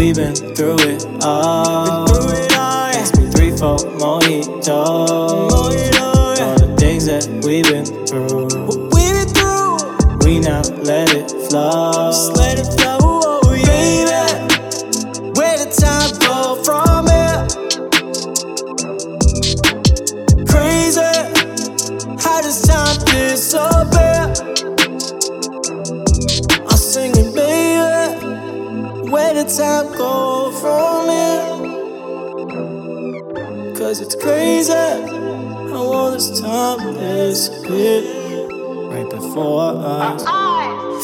through it all. It's been three, four mojitos. All the things that we've been through. We now let it flow. So bad, I'm singing, baby. Where did time go from here? Cause it's crazy how all this time disappeared. Right before us.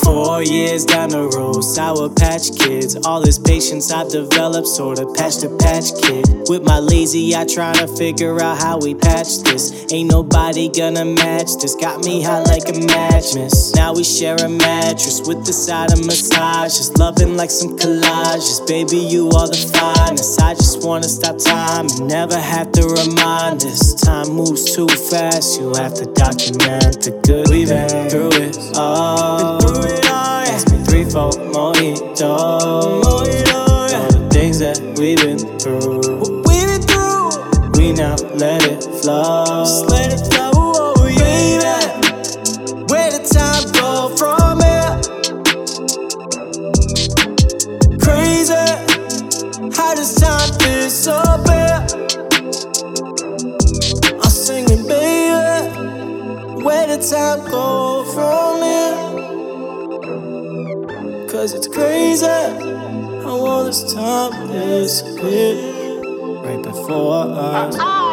Four years down the road, sour patch kids. All this patience I've developed, sort of patch to patch kid. With my lazy eye trying to figure out how we patch this. Ain't nobody gonna match this. Got me hot like a match, miss. Now we share a mattress with the side of massage. Just loving like some collages. Baby, you are the finest. I just wanna stop time and never have to remind us. Time moves too fast, you have to document the good. We've been through it all. It's been three, four mojitos. All the things that we've been through. We've been through, We now let it flow. let it flow, oh yeah. Where did time go from here? Crazy how this time disappeared. I'm singing, baby. Where did time go from here? Cause it's crazy how all this time disappeared. Right before us.